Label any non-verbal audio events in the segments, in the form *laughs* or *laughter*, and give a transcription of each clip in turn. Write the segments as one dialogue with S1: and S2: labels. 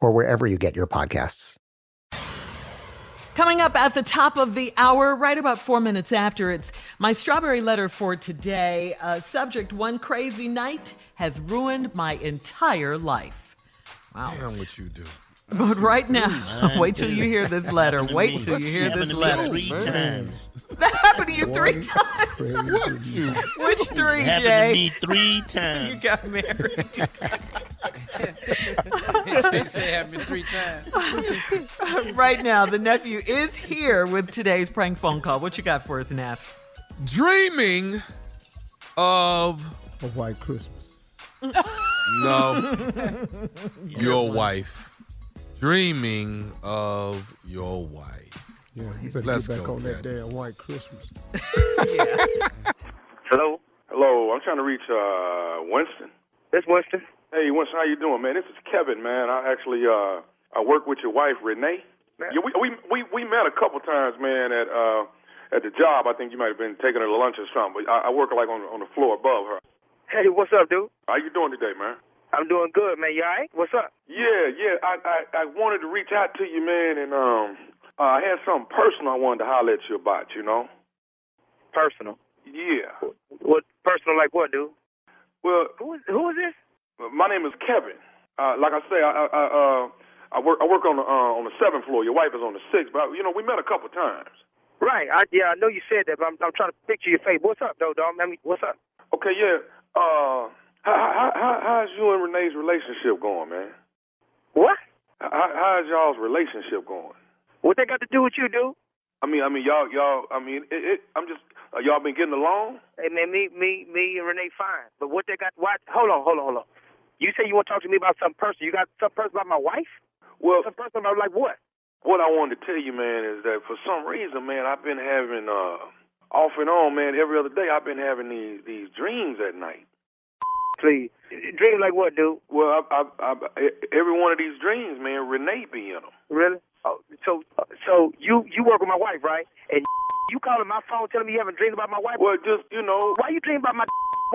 S1: or wherever you get your podcasts.
S2: Coming up at the top of the hour, right about four minutes after, it's my strawberry letter for today. Uh, subject One crazy night has ruined my entire life. Wow.
S3: Damn what you do.
S2: But right now,
S3: Man,
S2: wait till you
S3: dude.
S2: hear this letter.
S3: Happened to
S2: Wait
S3: me.
S2: till you hear
S3: Happened
S2: this
S3: to me
S2: letter.
S3: three times.
S2: That happened to you three times.
S3: What you?
S2: Which three,
S3: Happened
S2: Jay?
S3: to me three times.
S2: You got married.
S4: they say it happened three times.
S2: *laughs* right now, the nephew is here with today's prank phone call. What you got for us, Nap?
S3: Dreaming of
S5: a white Christmas.
S3: *laughs* no your wife. Dreaming of your wife.
S5: Yeah, you better
S3: Let's
S5: get back
S3: go,
S5: on that damn white Christmas.
S6: Hello. Hello. I'm trying to reach uh, Winston. That's Winston. Hey, Winston, how you doing, man? This is Kevin, man. I actually uh, I work with your wife, Renee. Yeah, we we we, we met a couple times, man, at uh, at the job. I think you might have been taking her to lunch or something. But I, I work like on on the floor above her.
S7: Hey, what's up, dude?
S6: How you doing today, man?
S7: I'm doing good, man. You all right? What's up?
S6: Yeah, yeah. I, I I wanted to reach out to you, man, and um, uh, I had something personal I wanted to holler at you about. You know.
S7: Personal.
S6: Yeah.
S7: What personal like what, dude?
S6: Well,
S7: who is, who is this?
S6: My name is Kevin. Uh, like I say, I, I, I, uh, I work I work on the uh, on the seventh floor. Your wife is on the sixth, but you know we met a couple times.
S7: Right. I, yeah, I know you said that, but I'm, I'm trying to picture your face. What's up, though, dog? I mean, what's up?
S6: Okay, yeah. Uh, how, how, how, how's you and Renee's relationship going, man?
S7: What?
S6: How, how's y'all's relationship going?
S7: What they got to do with you, dude?
S6: I mean, I mean, y'all, y'all. I mean, it, it, I'm just uh, y'all been getting along.
S7: Hey, man, me, me, me, and Renee fine. But what they got? What? Hold on, hold on, hold on. You say you want to talk to me about something personal. You got something personal about my wife?
S6: Well,
S7: something personal about like what?
S6: What I wanted to tell you, man, is that for some reason, man, I've been having uh, off and on, man. Every other day, I've been having these these dreams at night.
S7: Please. Dream like what, dude?
S6: Well, I, I, I, e- every one of these dreams, man, Renee be in them.
S7: Really? Oh, so, so you you work with my wife, right? And you calling my phone telling me you having dreams about my wife?
S6: Well, just you know.
S7: Why you dream about my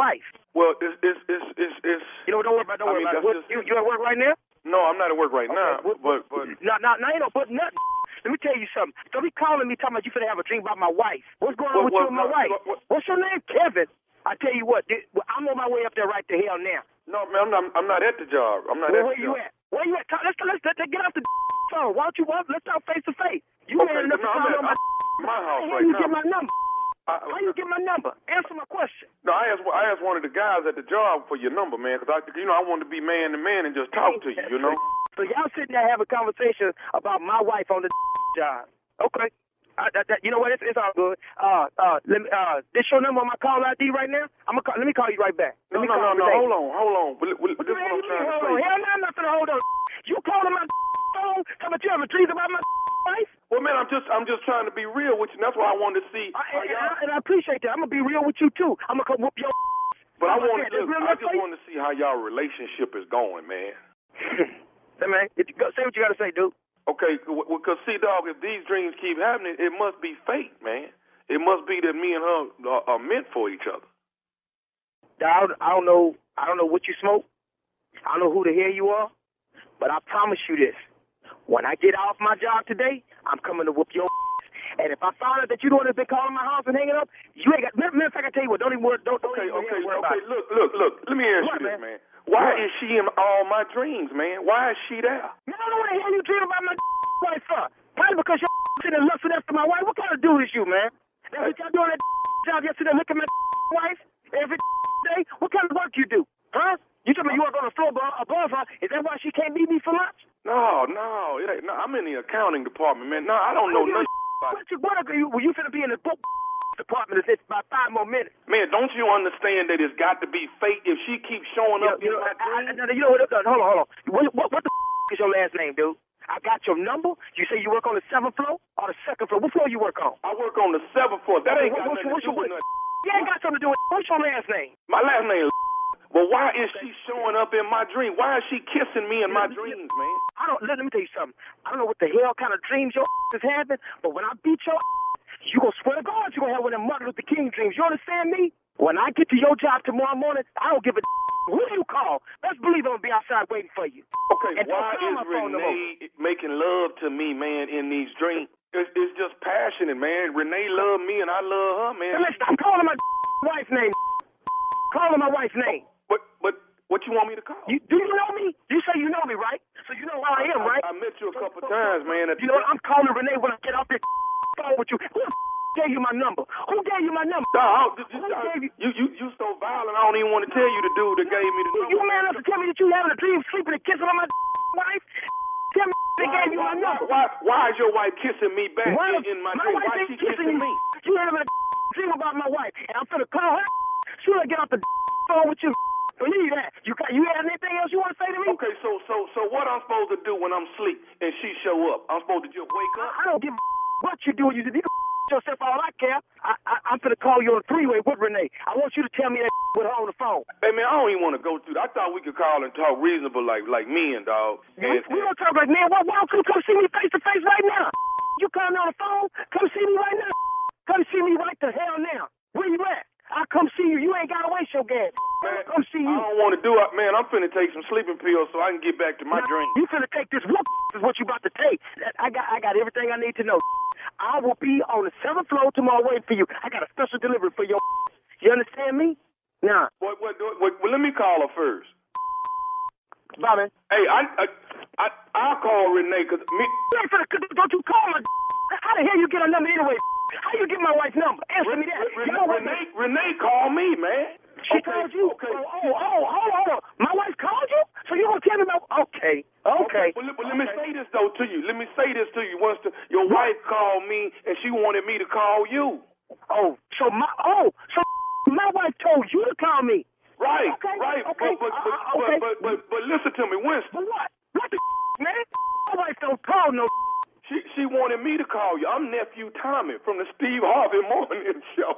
S7: wife?
S6: Well, it's it's it's it's, it's
S7: You know, don't worry about, don't
S6: I
S7: worry
S6: mean,
S7: about it. What,
S6: that's just-
S7: you you at work right now?
S6: No, I'm not at work right now. But but
S7: No, no, no, ain't no but nothing. Let me tell you something. Don't be calling me talking about you finna have a dream about my wife. What's going on
S6: What-
S7: with
S6: what-
S7: you and my
S6: what-
S7: wife?
S6: what- what-
S7: What's your name, Kevin? I tell you what, th- well, I'm on my way up there right to hell now.
S6: no, man, I'm not. I'm not at the job. I'm not
S7: Well,
S6: at
S7: where
S6: the
S7: you
S6: job.
S7: at? Where you at? Talk- Let's, let's, let's, get off the *laughs* phone. Why don't you walk? Let's talk face to face. You
S6: Okay,
S7: man enough to
S6: no, I'm
S7: call
S6: at-
S7: on my
S6: I'm at my
S7: *laughs*
S6: house
S7: How
S6: right
S7: you
S6: now.
S7: get my number?
S6: I-
S7: How you get my number? Answer my question.
S6: No, I asked. I asked one of the guys at the job for your number, man, because I, you *laughs* know, I wanted to be man to man and just talk to you, you know.
S7: So y'all sitting there having conversations about my wife on the *laughs* job. Okay. I, that, that, you know what? It's, it's all good. Uh, uh, let me, uh, this your number on my call ID right now? I'm gonna call, let me call you right back. Let
S6: No,
S7: me
S6: no, no,
S7: call you
S6: no.
S7: back.
S6: Hold on, hold on. But, but,
S7: What the
S6: this is what
S7: hell you
S6: I'm
S7: mean,
S6: trying to
S7: hold on?
S6: say.
S7: Hell no, I'm not gonna hold on. You calling my *laughs* phone? Talking about you having dreams about my *laughs* wife?
S6: Well, man, I'm just, I'm just trying to be real with you. and That's why I wanted to see.
S7: And, and, I, and I appreciate that. I'm gonna be real with you too. I'm gonna come whoop your.
S6: But
S7: Like
S6: I want
S7: that, it's
S6: to.
S7: real
S6: I just
S7: life.
S6: want to see how y'all relationship is going, man.
S7: Hey man, if you go, say what you gotta say, dude.
S6: Okay, because see, dog, if these dreams keep happening, it must be fate, man. It must be that me and her are, are meant for each other.
S7: I don't, I don't know. I don't know what you smoke. I don't know who the hell you are. But I promise you this: when I get off my job today, I'm coming to whoop your. And if I find out that you the one that's been calling my house and hanging up, you ain't got. Matter matter of fact, I tell you what. Don't even worry. Don't, don't
S6: Okay,
S7: even
S6: okay,
S7: worry about
S6: okay.
S7: it.
S6: Look, look, look. Let me ask
S7: What,
S6: you this,
S7: man?
S6: man. Why
S7: What?
S6: is she in all my dreams, man? Why is she there?
S7: Man, I don't know what the hell you dream about my *laughs* wife for. Probably because *laughs* you're sitting there lusting after my wife. What kind of dude is you, man? Now, what y'all doing that *laughs* job yesterday looking at my *laughs* wife every *laughs* day? What kind of work you do? Huh? You talking about you work on the floor abo- above her? Is that why she can't meet me for lunch?
S6: No, no, it ain't, no. I'm in the accounting department, man. No, I don't know
S7: give a
S6: nothing.
S7: *laughs*
S6: about
S7: What you, what are you, well, you finna be in the book *laughs* department in about five more minutes.
S6: Man, don't you understand that it's got to be fate? If she keeps showing up,
S7: You know,
S6: in my
S7: I, I, no, no, you know what? no, Hold on, hold on. What, what, what the *laughs* f- is your last name, dude? I got your number. You say you work on the seventh floor or the second floor? What floor you work on?
S6: I work on the seventh floor. That ain't got
S7: What-
S6: nothing
S7: what-
S6: to do with
S7: what-
S6: nothing.
S7: You ain't got something to do with What's your last name?
S6: My last name is. But why is she showing up in my dream? Why is she kissing me in my dreams, man?
S7: I don't. Let, let me tell you something. I don't know what the hell kind of dreams your *laughs* is having, but when I beat your, *laughs* you gonna swear to God you gonna have one of them Martin Luther King dreams. You understand me? When I get to your job tomorrow morning, I don't give a *laughs* who you call. Let's believe I'm gonna be outside waiting for you. And
S6: Okay,
S7: don't
S6: why
S7: call
S6: is
S7: my phone no more.
S6: Renee making love to me, man, in these dreams? It's, it's just passionate, man. Renee loved me and I love her, man.
S7: Hey, man, stop calling my *laughs* wife's name. Calling my wife's name.
S6: But but what you want me to call?
S7: You, do you know me? You say you know me, right? So you know who I am, right?
S6: I, met you a couple times, man.
S7: You know what? I'm calling Renee when I get off this *laughs* phone with you. Who the *laughs* gave you my number? Who gave you my number?
S6: Dog, you,
S7: Who gave you?
S6: you, you, you so violent, I don't even want to tell you the dude that gave me the
S7: You,
S6: number.
S7: you man enough to tell me that you having a dream, sleeping and kissing on my *laughs* wife? Tell me they gave you my number.
S6: Why, why is your wife kissing me back
S7: Why
S6: in, in my,
S7: my
S6: dream?
S7: wife
S6: Why
S7: ain't
S6: she
S7: kissing you.
S6: kissing me?
S7: You having a *laughs* dream about my wife, and I'm finna call her. She gonna get off the *laughs* phone with you. Believe that. You got, you have anything else you want to say to me?
S6: Okay, so so so what I'm supposed to do when I'm asleep and she show up? I'm supposed to just wake up?
S7: I don't give a *laughs* what you do. You, you can *laughs* yourself all I care. I, I, I'm finna call you on a three-way with Renee. I want you to tell me that *laughs* with her on the phone.
S6: Hey man, I don't even want to go through that. I thought we could call and talk reasonable like like men, dog.
S7: We, we don't talk like, man, why, why don't you come see me face to face right now? *laughs* You call me on the phone, come see me right now. *laughs* Come see me right the hell now. Where you at? I'll come see you. You ain't got to waste your gas. *laughs* I'll come see you.
S6: I don't want to do it, man. I'm finna take some sleeping pills so I can get back to my dream.
S7: You finna take this whoop *laughs* is what you about to take. That- I got I got everything I need to know. *laughs* I will be on the seventh floor tomorrow waiting for you. I got a special delivery for your *laughs* You understand me? Nah.
S6: What, what, what, what, well, let me call her first.
S7: Bye, man.
S6: Hey, I I I I'll call Renee because me.
S7: You ain't finna, don't you call my How the hell you get her number anyway? How you get my wife's number? Answer me that.
S6: Renee,
S7: you know what,
S6: Renee, Renee called me, man.
S7: She called you? Okay. Oh, oh, oh, hold on, hold on. My wife called you? So you gonna tell me about... Okay, okay.
S6: Well, let, well, let me say this though to you. Let me say this to you. Once the, your wife called me and she wanted me to call you.
S7: Oh, so my oh, so my wife told you to call me.
S6: Right,
S7: Okay,
S6: right.
S7: okay,
S6: But, but,
S7: uh,
S6: but,
S7: uh, okay.
S6: but, but, but, but listen to me,
S7: But
S6: Winston.
S7: what? What the man? My wife don't call no.
S6: She she wanted me to call you. I'm nephew Tommy from the Steve Harvey Morning *laughs* Show.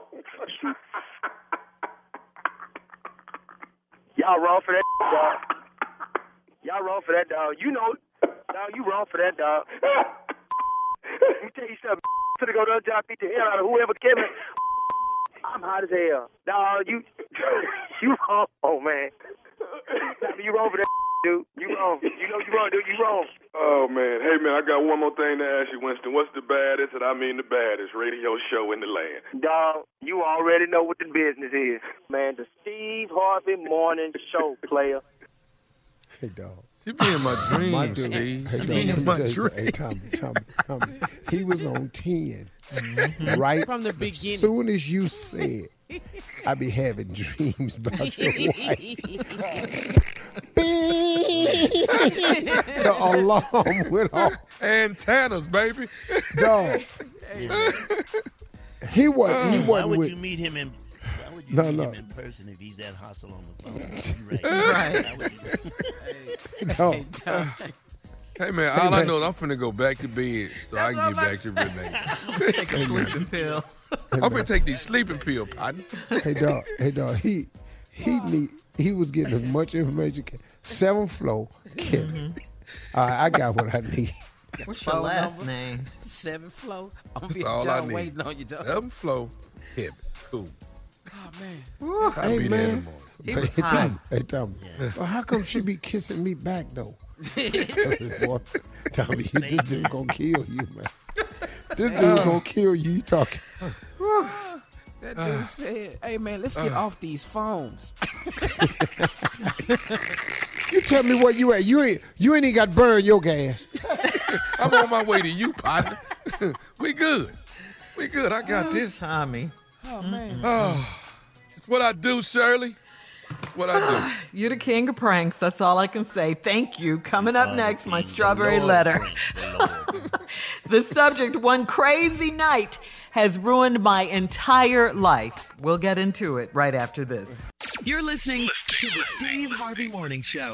S7: Y'all wrong for that, dog. Y'all wrong for that, dog. You know, dog, you wrong for that, dog. Let me tell you something. *laughs* Finna go to her job, beat the hell out of whoever Kevin. I'm hot as hell, dog. You, you wrong, oh man. Dog, You wrong for that, dude. You wrong. You know you wrong, dude. You wrong.
S6: Oh man, hey man, I got one more thing to ask you, Winston. What's the baddest, and I mean the baddest, radio show in the land?
S7: Dog, you already know what the business is. Man, the Steve Harvey Morning Show player.
S5: Hey, dog.
S3: You be in my dreams,
S5: my dude,
S3: Steve.
S5: Hey,
S3: You
S5: dog,
S3: be in
S5: let me
S3: my
S5: tell you something.
S3: dreams.
S5: Hey, Tommy, Tommy, Tommy. He was on 10, right?
S4: Mm-hmm. From the beginning.
S5: soon as you said, I be having dreams about your wife. the alarm went off.
S3: Antennas, baby. *laughs*
S5: Dog, he
S3: Uh,
S5: was he wasn't
S8: why would
S5: with,
S8: you meet him in? Why would you
S5: No,
S8: meet
S5: no.
S8: him in person if he's that hostile on the phone? You're
S3: *laughs*
S8: right. Why would you-
S5: Dog.
S3: Hey man,
S5: Hey,
S3: all I
S5: man.
S3: know is I'm finna go back to bed so I can get back to Renee. take a sleeping pill. I'm finna take these sleeping pill, partner.
S5: hey dog, hey dog, he he need he was getting as much information. ca- Seventh floor, Kevin. All right, I got what I need.
S2: What's your
S4: Phone
S2: last
S4: number?
S2: name?
S4: Seven flow. *laughs* I'm
S3: That's
S4: be
S3: all I
S4: John
S3: need.
S4: waiting on you, dog.
S3: Seven flow. Kevin. Cool.
S4: Oh man.
S3: I'll be there in the morning.
S4: He was
S5: hey, Tommy,
S4: hot.
S5: hey Tommy, well, how come she be kissing me back
S4: *laughs*
S5: though? I said, boy, Tommy, you, this dude gonna kill you, man. This dude gonna kill you. You talking?
S4: That dude said, "Hey man, let's
S5: Uh.
S4: get off these phones."
S5: *laughs* You tell me where you at? You ain't you ain't even got burned your gas.
S3: I'm on my way to you, partner. *laughs* we good. We good. I got this.
S2: *laughs* Tommy.
S4: Oh man.
S3: Oh, it's what I do, Shirley. It's what I do.
S2: You're the king of pranks. That's all I can say. Thank you. Coming up next, my strawberry letter. the subject, one crazy night, has ruined my entire life. We'll get into it right after this.
S9: You're listening to the Steve Harvey Morning Show.